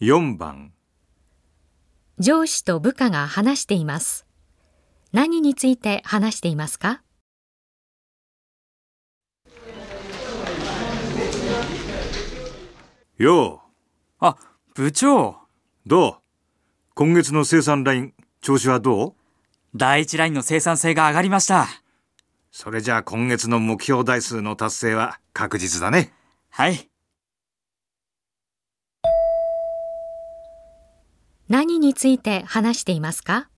4番上司と部下が話しています。何について話していますかよあ、部長。うどう今月の生産ライン調子はどう第一ラインの生産性が上がりました。それじゃあ今月の目標台数の達成は確実だねはい。何について話していますか